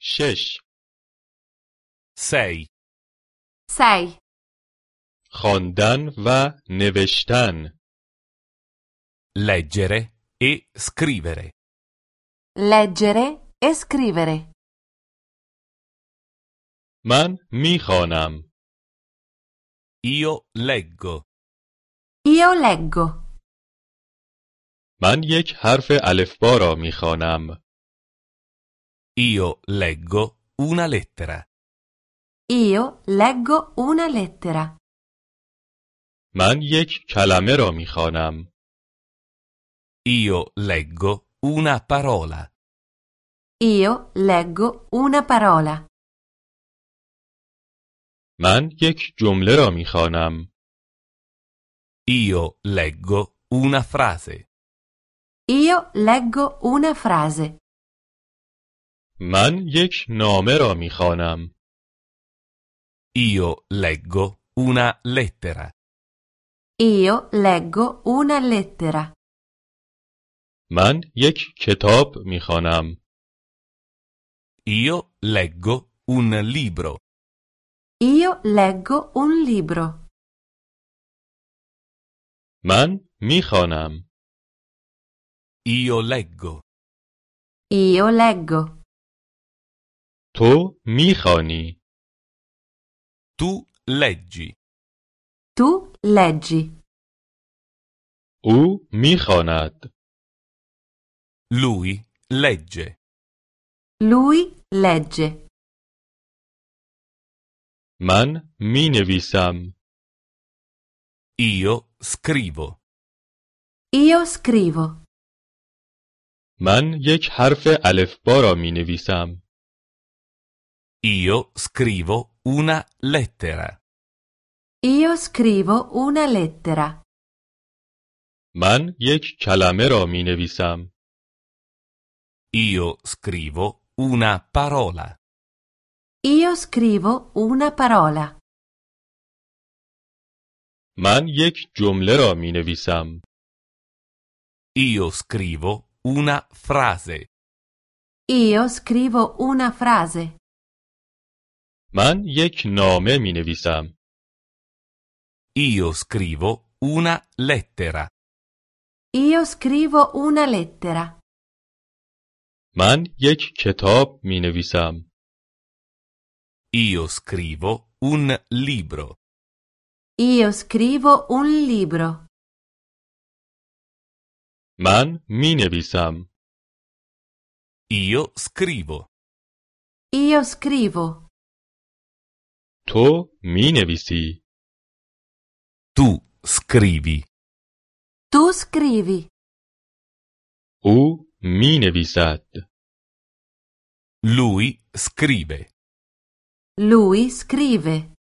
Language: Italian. شش 6. 6. خواندن و نوشتن Leggere e scrivere. Leggere e scrivere. من میخوانم Io leggo. Io leggo. من یک حرف الفبا را میخوانم Io leggo una lettera. Io leggo una lettera. من یک کلمه را میخوانم Io leggo una parola. Io leggo una parola. من یک جمله را میخوانم Io leggo una frase. Io leggo una frase. من یک نامه را میخوانم Io leggo una lettera. Io leggo una lettera. من یک کتاب میخوانم Io leggo un libro. Io leggo un libro. من میخوانم Io leggo. Io leggo. تو میخوانی Tu leggi. Tu leggi. او میخواند Lui legge. Lui legge. من مینویسم Io scrivo. Io scrivo. من یک حرف الفبا را مینویسم Io scrivo una lettera. Io scrivo una lettera. من یک کلمه را مینویسم Io scrivo una parola. Io scrivo una parola. من یک جمله را مینویسم Io scrivo una frase. Io scrivo una frase. من یک نامه مینویسم Io scrivo una lettera. Io scrivo una lettera. من یک کتاب مینویسم Io scrivo un libro. Io scrivo un libro. من مینویسم Io scrivo. Io scrivo. تو مینویسی Tu scrivi. Tu scrivi. او مینویسد Lui scrive. Lui scrive.